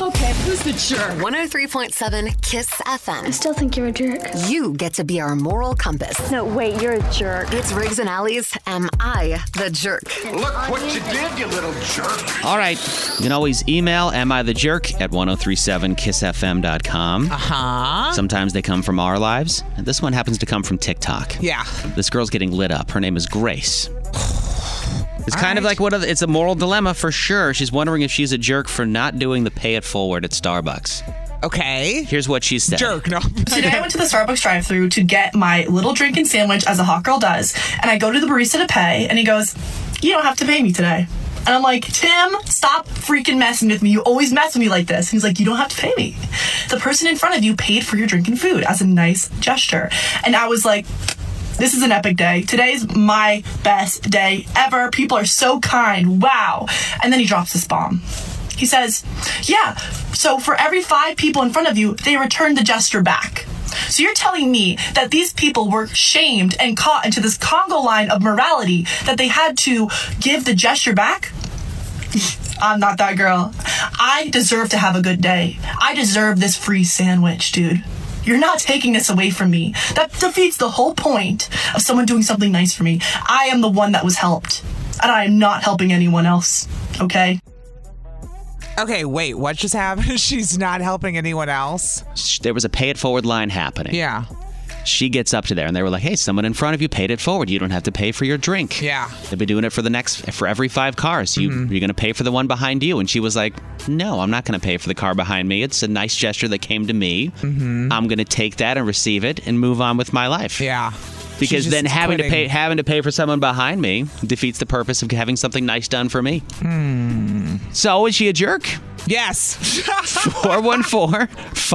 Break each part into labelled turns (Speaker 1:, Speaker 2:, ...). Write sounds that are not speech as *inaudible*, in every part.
Speaker 1: Okay, who's the jerk?
Speaker 2: 103.7 Kiss
Speaker 3: I
Speaker 2: FM.
Speaker 3: still think you're a jerk.
Speaker 2: You get to be our moral compass.
Speaker 4: No, wait, you're a jerk.
Speaker 2: It's Riggs and Allies. Am I the jerk?
Speaker 5: Look what you did, you little jerk.
Speaker 6: All right. You can always email am I the jerk at 1037kissfm.com. Uh
Speaker 7: Uh-huh.
Speaker 6: huh. Sometimes they come from our lives. And this one happens to come from TikTok.
Speaker 7: Yeah.
Speaker 6: This girl's getting lit up. Her name
Speaker 7: *sighs*
Speaker 6: is Grace. It's
Speaker 7: All
Speaker 6: kind of
Speaker 7: right.
Speaker 6: like what other, it's a moral dilemma for sure. She's wondering if she's a jerk for not doing the pay it forward at Starbucks.
Speaker 7: Okay.
Speaker 6: Here's what she said.
Speaker 7: Jerk. No.
Speaker 8: *laughs* Today I went to the Starbucks drive through to get my little drink and sandwich as a hot girl does. And I go to the barista to pay and he goes, You don't have to pay me today. And I'm like, Tim, stop freaking messing with me. You always mess with me like this. And he's like, You don't have to pay me. The person in front of you paid for your drink and food as a nice gesture. And I was like, this is an epic day. Today's my best day ever. People are so kind. Wow. And then he drops this bomb. He says, Yeah, so for every five people in front of you, they return the gesture back. So you're telling me that these people were shamed and caught into this Congo line of morality that they had to give the gesture back? I'm not that girl. I deserve to have a good day. I deserve this free sandwich, dude. You're not taking this away from me. That defeats the whole point of someone doing something nice for me. I am the one that was helped, and I am not helping anyone else, okay?
Speaker 7: Okay, wait. What just happened? *laughs* She's not helping anyone else.
Speaker 6: Sh- There was a pay it forward line happening.
Speaker 7: Yeah.
Speaker 6: She gets up to there and they were like, hey, someone in front of you paid it forward. You don't have to pay for your drink.
Speaker 7: Yeah.
Speaker 6: They've been doing it for the next for every five cars. You
Speaker 7: Mm-hmm.
Speaker 6: you're gonna pay for the one behind you. And she was like, No, I'm not gonna pay for the car behind me. It's a nice gesture that came to me. I'm gonna take that and receive it and move on with my life.
Speaker 7: Mm-hmm. Yeah.
Speaker 6: Because
Speaker 7: She's
Speaker 6: then
Speaker 7: just
Speaker 6: having to pay
Speaker 7: quitting.
Speaker 6: having to pay for someone behind me defeats the purpose of having something nice done for me. Hmm. So is she a jerk? *laughs*
Speaker 7: Yes. I
Speaker 6: 414-533-1037.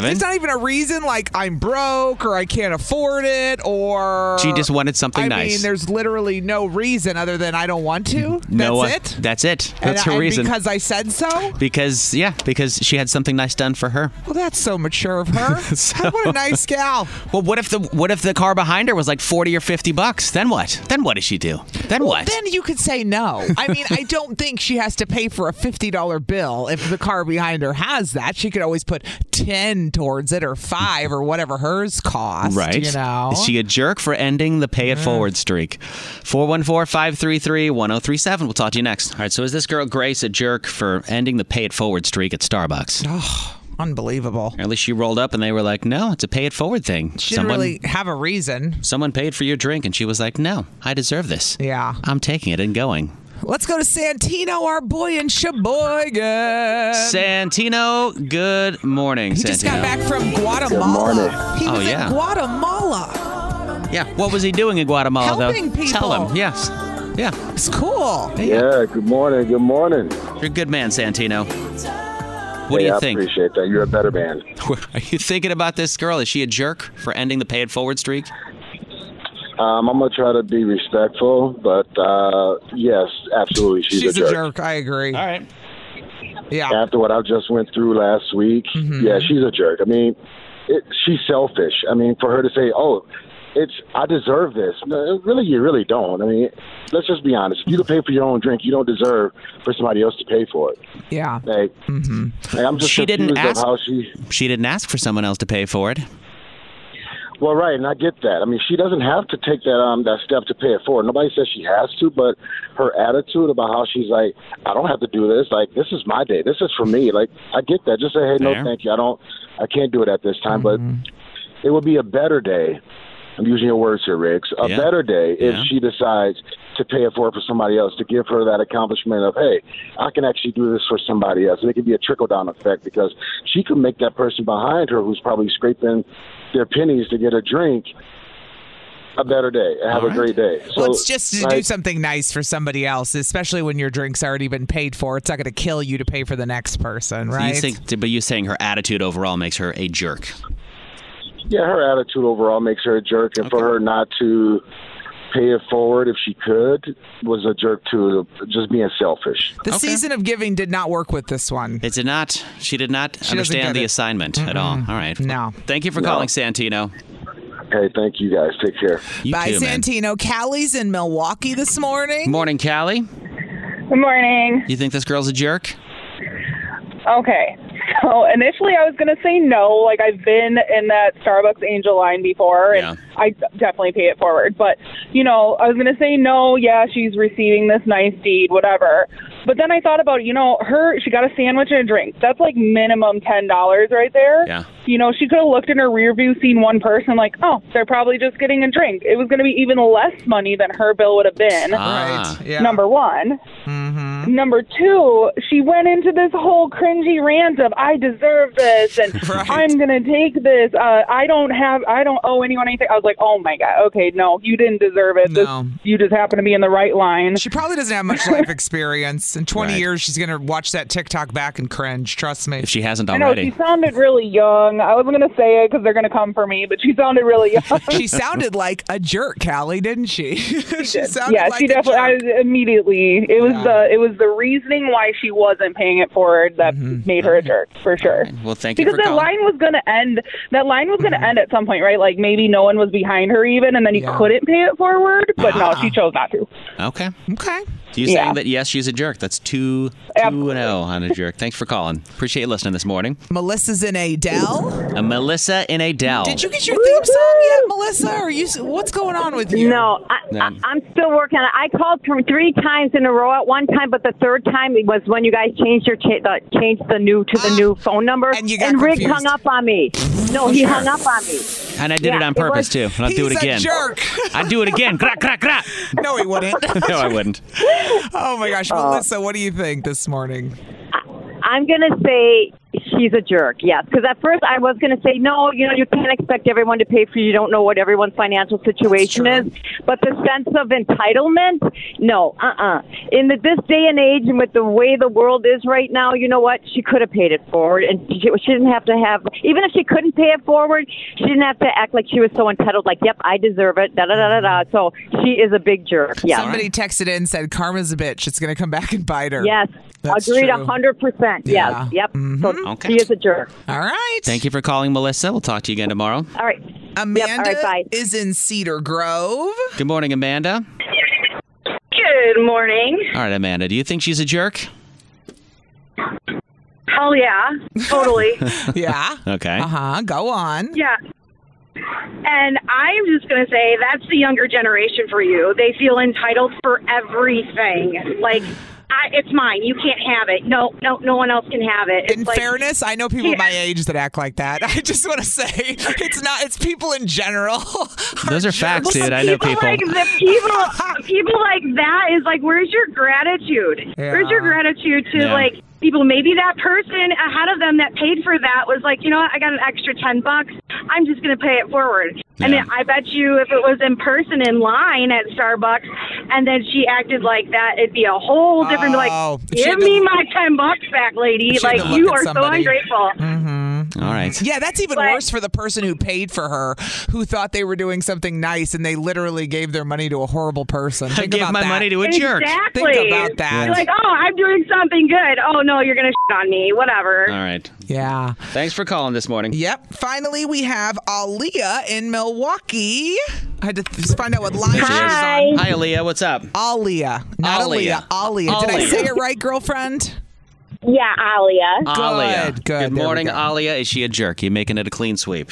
Speaker 7: mean, it's not even a reason like I'm broke or I can't afford it or
Speaker 6: She just wanted something
Speaker 7: I
Speaker 6: nice.
Speaker 7: mean, there's literally no reason other than I don't want to.
Speaker 6: no,
Speaker 7: That's it.
Speaker 6: uh, That's it. That's
Speaker 7: and,
Speaker 6: her
Speaker 7: and
Speaker 6: reason.
Speaker 7: Because I said so. Well,
Speaker 6: because yeah, because she had something nice done for her.
Speaker 7: that's so mature of
Speaker 6: *laughs*
Speaker 7: her. what a nice gal.
Speaker 6: Well, what if the what if the car behind her was like forty or fifty bucks? Then what? Then what does she do? Then
Speaker 7: Well,
Speaker 6: what?
Speaker 7: Then you could say no. I mean, I
Speaker 6: *laughs*
Speaker 7: don't think she has to pay for a $50 bill if the car behind her has that. She could always put 10 towards it or 5 or whatever hers costs,
Speaker 6: right?
Speaker 7: you know.
Speaker 6: Is she a jerk for ending the pay it forward streak? 414-533-1037. We'll talk to you next. All right. So is this girl Grace a jerk for ending the pay it forward streak at Starbucks?
Speaker 7: Unbelievable.
Speaker 6: Or at least she rolled up and they were like, "No, it's a pay it forward thing."
Speaker 7: She didn't really have a reason.
Speaker 6: someone paid for your drink, and she was like, "No, I deserve this.
Speaker 7: Yeah.
Speaker 6: I'm taking it and going."
Speaker 7: Let's go to Santino, our boy in Sheboygan.
Speaker 6: Santino, good morning.
Speaker 7: he just got
Speaker 6: Santino.
Speaker 7: back from Guatemala. He
Speaker 6: Oh,
Speaker 7: was
Speaker 6: yeah.
Speaker 7: in Guatemala.
Speaker 6: Yeah. What was he doing in Guatemala
Speaker 7: Helping
Speaker 6: though? Tell
Speaker 7: people.
Speaker 6: him. Yes. Yeah.
Speaker 7: It's cool.
Speaker 5: Yeah, good morning, good morning.
Speaker 6: You're a good man, Santino. What do
Speaker 5: Hey,
Speaker 6: you
Speaker 5: I
Speaker 6: think? *laughs*
Speaker 5: appreciate that. Uh, You're a better man.
Speaker 6: Are you thinking about this girl? Is she a jerk for ending the pay it forward streak?
Speaker 5: Um, I'm going to try to be respectful, but uh, yes, absolutely, she's,
Speaker 7: She's
Speaker 5: a jerk.
Speaker 7: I agree.
Speaker 6: All right.
Speaker 7: Yeah.
Speaker 5: After what I just went through last week, yeah, she's a jerk. I mean, it, she's selfish. I mean, for her to say, oh, it's I deserve this. No, really, you really don't. I mean, let's just be honest. If you don't pay for your own drink, you don't deserve for somebody else to pay for it.
Speaker 7: Yeah.
Speaker 5: Like, like, I'm just
Speaker 6: She didn't
Speaker 5: confused
Speaker 6: ask-
Speaker 5: of how she.
Speaker 6: She didn't ask for someone else to pay for it.
Speaker 5: Well, right, and I get that. I mean, she doesn't have to take that um that step to pay it forward. Nobody says she has to, but her attitude about how she's like, I don't have to do this. Like, this is my day. This is for me. Like, I get that. Just say, hey,
Speaker 6: Fair.
Speaker 5: no,
Speaker 6: Mm-hmm.
Speaker 5: thank you. I don't. I can't do it at this time. But it would be a better day. I'm using your words here, Riggs. A
Speaker 6: Yeah.
Speaker 5: better day if
Speaker 6: Yeah.
Speaker 5: she decides to pay it forward for somebody else, to give her that accomplishment of, hey, I can actually do this for somebody else. And it could be a trickle down effect because she could make that person behind her who's probably scraping their pennies to get a drink a better day and have
Speaker 6: All
Speaker 5: a
Speaker 6: right.
Speaker 5: great day. So,
Speaker 7: well, it's just to do
Speaker 5: like,
Speaker 7: something nice for somebody else, especially when your drink's already been paid for. It's not going to kill you to pay for the next person,
Speaker 6: So
Speaker 7: right?
Speaker 6: You think, but you saying her attitude overall makes her a jerk.
Speaker 5: Yeah, her attitude overall makes her a jerk, and for her not to pay it forward if she could was a jerk too, just being selfish.
Speaker 7: the season of giving did not work with this one.
Speaker 6: It did not. She did not
Speaker 7: doesn't get
Speaker 6: understand the
Speaker 7: it.
Speaker 6: assignment at all. All right.
Speaker 7: No.
Speaker 6: Thank you for calling, Santino.
Speaker 5: Hey, thank you guys. Take care.
Speaker 6: You
Speaker 7: By
Speaker 6: too, man.
Speaker 7: Santino. Callie's in Milwaukee this morning.
Speaker 6: Morning, Callie.
Speaker 1: Good morning.
Speaker 6: You think this girl's a jerk?
Speaker 1: Okay. So initially I was going to say no. Like I've been in that Starbucks angel line before and
Speaker 6: Yeah.
Speaker 1: I d- definitely pay it forward. But, you know, I was going to say no. Yeah, she's receiving this nice deed, whatever. But then I thought about, you know, her, she got a sandwich and a drink. That's like minimum $10 right there.
Speaker 6: Yeah.
Speaker 1: You know, she could have looked in her rear view, seen one person, like, oh, they're probably just getting a drink. It was going to be even less money than her bill would have been.
Speaker 6: Ah.
Speaker 7: Uh, Yeah.
Speaker 1: Number one.
Speaker 7: Mhm.
Speaker 1: Number two, she went into this whole cringy rant of "I deserve this" and
Speaker 7: *laughs* Right.
Speaker 1: "I'm gonna take this." Uh, I don't have, I don't owe anyone anything. I was like, "Oh my god, okay, no, you didn't deserve it. This-
Speaker 7: No.
Speaker 1: you just happen to be in the right line."
Speaker 7: She probably doesn't have *laughs* much life experience. In 20
Speaker 6: Right.
Speaker 7: years, she's going to watch that TikTok back and cringe. Trust me.
Speaker 6: If she hasn't
Speaker 1: I know she
Speaker 6: already.
Speaker 1: sounded really young. I wasn't gonna say it because they're gonna come for me, but she sounded
Speaker 7: *laughs*
Speaker 1: really young.
Speaker 7: She sounded like a jerk, Callie, didn't she? *laughs* She, sounded
Speaker 1: yeah,
Speaker 7: like
Speaker 1: she
Speaker 7: a
Speaker 1: definitely. I
Speaker 7: jerk.
Speaker 1: was immediately. It was the it was the reasoning why she wasn't paying it forward that
Speaker 7: Mm-hmm.
Speaker 1: made her a jerk for sure.
Speaker 6: Well, thank you
Speaker 1: because
Speaker 6: for
Speaker 1: that
Speaker 6: calling.
Speaker 1: line was going to end that line was going to end at some point right like maybe no one was behind her even and then you
Speaker 7: Yeah.
Speaker 1: couldn't pay it forward but no
Speaker 7: *laughs*
Speaker 1: she chose not to
Speaker 6: Okay.
Speaker 7: Okay.
Speaker 6: You
Speaker 1: Yeah.
Speaker 6: saying that yes, she's a jerk. That's two two and
Speaker 1: Absolutely.
Speaker 6: oh on a jerk. Thanks for calling. Appreciate you listening this morning.
Speaker 7: Melissa's in Adele.
Speaker 6: Uh, Melissa in Adele.
Speaker 7: Did you get your theme song yet,
Speaker 1: *laughs*
Speaker 7: Melissa? Are you? What's going on with you?
Speaker 3: No, I,
Speaker 6: Yeah.
Speaker 3: I, I'm still working on it. I called th- three times in a row at one time, but the third time it was when you guys changed your cha- the, changed the new to the
Speaker 7: Ah,
Speaker 3: new phone number,
Speaker 7: and you got
Speaker 3: Rick
Speaker 7: confused.
Speaker 3: hung up on me. No, he hung up on me.
Speaker 6: and I did
Speaker 3: Yeah,
Speaker 6: it on
Speaker 3: it was-
Speaker 6: purpose too. And I'll do
Speaker 7: He's
Speaker 6: it
Speaker 7: a
Speaker 6: again.
Speaker 7: jerk.
Speaker 6: *laughs* I'd do it again. Gra, gra, gra.
Speaker 7: No, he wouldn't.
Speaker 6: *laughs* No, I wouldn't.
Speaker 7: oh my
Speaker 1: Uh,
Speaker 7: gosh, Melissa, what do you think this morning?
Speaker 3: I'm gonna say she's a jerk. Yes, because at first I was gonna say no. You know, you can't expect everyone to pay for. You You don't know what everyone's financial situation
Speaker 7: That's
Speaker 3: is.
Speaker 7: true.
Speaker 3: But the sense of entitlement, no, uh-uh. In the, this day and age, and with the way the world is right now, you know what? She could have paid it forward, and she, she didn't have to have. Even if she couldn't pay it forward, she didn't have to act like she was so entitled. Like, yep, I deserve it. Da da da da da. So she is a big jerk. Yeah.
Speaker 7: Somebody texted in said karma's a bitch. It's gonna come back and bite her.
Speaker 3: Yes.
Speaker 7: That's
Speaker 3: Agreed,
Speaker 7: true.
Speaker 3: a hundred percent.
Speaker 7: Yeah. Mm-hmm.
Speaker 3: Yes. Yep. So
Speaker 6: Okay.
Speaker 3: she is a jerk.
Speaker 7: All *laughs* right.
Speaker 6: Thank you for calling, Melissa. We'll talk to you again tomorrow.
Speaker 3: All right.
Speaker 7: Amanda
Speaker 3: Yep, all right, bye.
Speaker 7: is in Cedar Grove.
Speaker 6: Good morning, Amanda.
Speaker 1: good morning
Speaker 6: All right, Amanda. Do you think she's a jerk?
Speaker 1: hell Oh, yeah totally
Speaker 7: *laughs* Yeah.
Speaker 6: Okay.
Speaker 7: Uh huh. Go on.
Speaker 1: yeah and i'm just going to say that's the younger generation for you they feel entitled for everything like I, it's mine you can't have it no no no one else can have it
Speaker 7: in fairness, I know people my age that act like that. *laughs* I just want to say it's not. It's people
Speaker 1: *laughs*
Speaker 7: in general.
Speaker 6: Those are facts,
Speaker 7: jerks.
Speaker 6: dude. I know people.
Speaker 1: like the people people like that is like where's your gratitude where's your
Speaker 7: Yeah.
Speaker 1: gratitude to
Speaker 6: Yeah.
Speaker 1: like people maybe that person ahead of them that paid for that was like you know what i got an extra ten bucks i'm just going to pay it forward and
Speaker 6: Yeah.
Speaker 1: then i bet you if it was in person in line at starbucks and then she acted like that it'd be a whole different be
Speaker 7: Oh,
Speaker 1: like
Speaker 7: if she
Speaker 1: give
Speaker 7: had to-
Speaker 1: me my ten bucks back lady
Speaker 7: If she had
Speaker 1: like
Speaker 7: to
Speaker 1: you
Speaker 7: look at
Speaker 1: are so
Speaker 7: somebody.
Speaker 1: ungrateful
Speaker 6: All right.
Speaker 7: Mm-hmm. Yeah, that's even
Speaker 1: But-
Speaker 7: worse for the person who paid for her, who thought they were doing something nice and they literally gave their money to a horrible
Speaker 6: *laughs*
Speaker 7: person.
Speaker 6: I
Speaker 7: Think
Speaker 6: gave
Speaker 7: about
Speaker 6: my
Speaker 7: that.
Speaker 6: money to a jerk.
Speaker 1: exactly
Speaker 7: Think about that.
Speaker 1: You're like oh i'm doing something good oh no you're going to shit on me whatever
Speaker 6: All right.
Speaker 7: Yeah.
Speaker 6: Thanks for calling this morning.
Speaker 7: Yep. Finally, we have Aaliyah in Milwaukee. I had to th- find out what line
Speaker 6: There she
Speaker 7: she
Speaker 6: is.
Speaker 7: is on.
Speaker 6: Hi, Aaliyah. What's up?
Speaker 7: Aaliyah, not Aaliyah.
Speaker 6: Aaliyah.
Speaker 7: Aaliyah. Did I
Speaker 6: Aaliyah.
Speaker 7: say it right, girlfriend?
Speaker 1: Yeah, Alia.
Speaker 6: Aaliyah.
Speaker 7: good, there we
Speaker 6: morning,
Speaker 7: go.
Speaker 6: Aaliyah. Is she a jerk? You making it a clean sweep?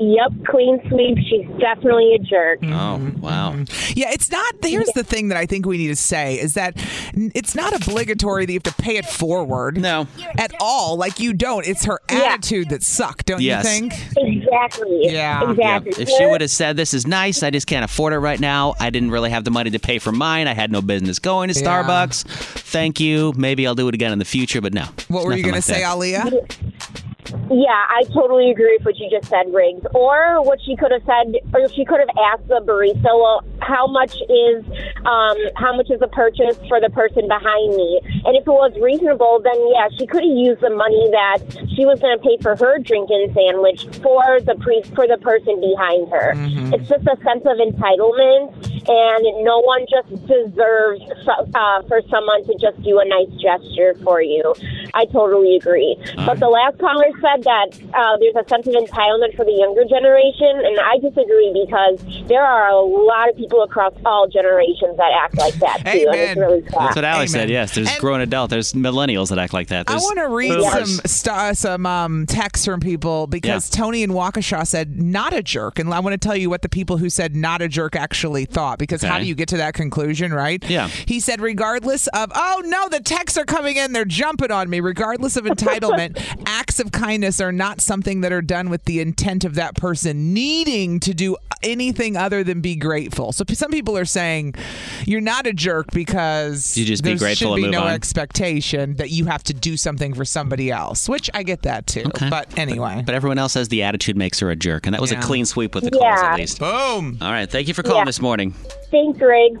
Speaker 4: Yep, clean sweep. She's definitely a jerk.
Speaker 6: Oh, wow.
Speaker 7: Mm-hmm. Yeah, it's not. Here's the thing that I think we need to say is that n- it's not obligatory that you have to pay it forward.
Speaker 6: No.
Speaker 7: At all. Like, you don't. It's her attitude that sucked, don't
Speaker 6: Yes.
Speaker 7: you think?
Speaker 4: Exactly.
Speaker 7: Yeah.
Speaker 4: Exactly.
Speaker 6: If she would have said, This is nice, I just can't afford it right now. I didn't really have the money to pay for mine. I had no business going to
Speaker 7: Yeah.
Speaker 6: Starbucks. Thank you. Maybe I'll do it again in the future, but no.
Speaker 7: What were you going
Speaker 6: to
Speaker 7: to say, Aliyah?
Speaker 4: Yeah, I totally agree with what you just said, Riggs. Or what she could have said, or she could have asked the barista, "Well, how much is, um, how much is the purchase for the person behind me?" And if it was reasonable, then yeah, she could have used the money that she was going to pay for her drink and sandwich for the pre for the person behind her. It's just a sense of entitlement, and no one just deserves so- uh, for someone to just do a nice gesture for you. I totally agree. But the last caller said that uh, there's a sense of entitlement for the younger generation, and I disagree because there are a lot of people across all generations that act like that too, and it's
Speaker 7: Amen.
Speaker 4: really sad.
Speaker 6: That's what Allie said.
Speaker 7: Amen.
Speaker 6: Yes, there's
Speaker 7: And-
Speaker 6: grown adult. There's millennials that act like that.
Speaker 7: I
Speaker 6: There's
Speaker 7: want to read
Speaker 6: boomers.
Speaker 7: some st- some um, texts from people because Tony in Waukesha said not a jerk, and I want to tell you what the people who said not a jerk actually thought because how
Speaker 6: Okay.
Speaker 7: do you get to that conclusion, right?
Speaker 6: Yeah.
Speaker 7: He said regardless of oh no the texts are coming in they're jumping on me regardless of entitlement acts of kindness are not something that are done with the intent of that person needing to do anything other than be grateful. So p- some people are saying you're not a jerk because
Speaker 6: You just be
Speaker 7: there
Speaker 6: grateful
Speaker 7: should
Speaker 6: and
Speaker 7: be
Speaker 6: move
Speaker 7: no
Speaker 6: on.
Speaker 7: expectation that you have to do something for somebody else, which I get that too. But anyway.
Speaker 6: But everyone else says the attitude makes her a jerk, and that was
Speaker 7: Yeah.
Speaker 6: a clean sweep with the
Speaker 4: Yeah.
Speaker 6: calls, at least.
Speaker 7: Boom.
Speaker 6: All right, thank you for calling
Speaker 4: Yeah.
Speaker 6: this morning.
Speaker 4: Thanks, Riggs.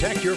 Speaker 9: Protect your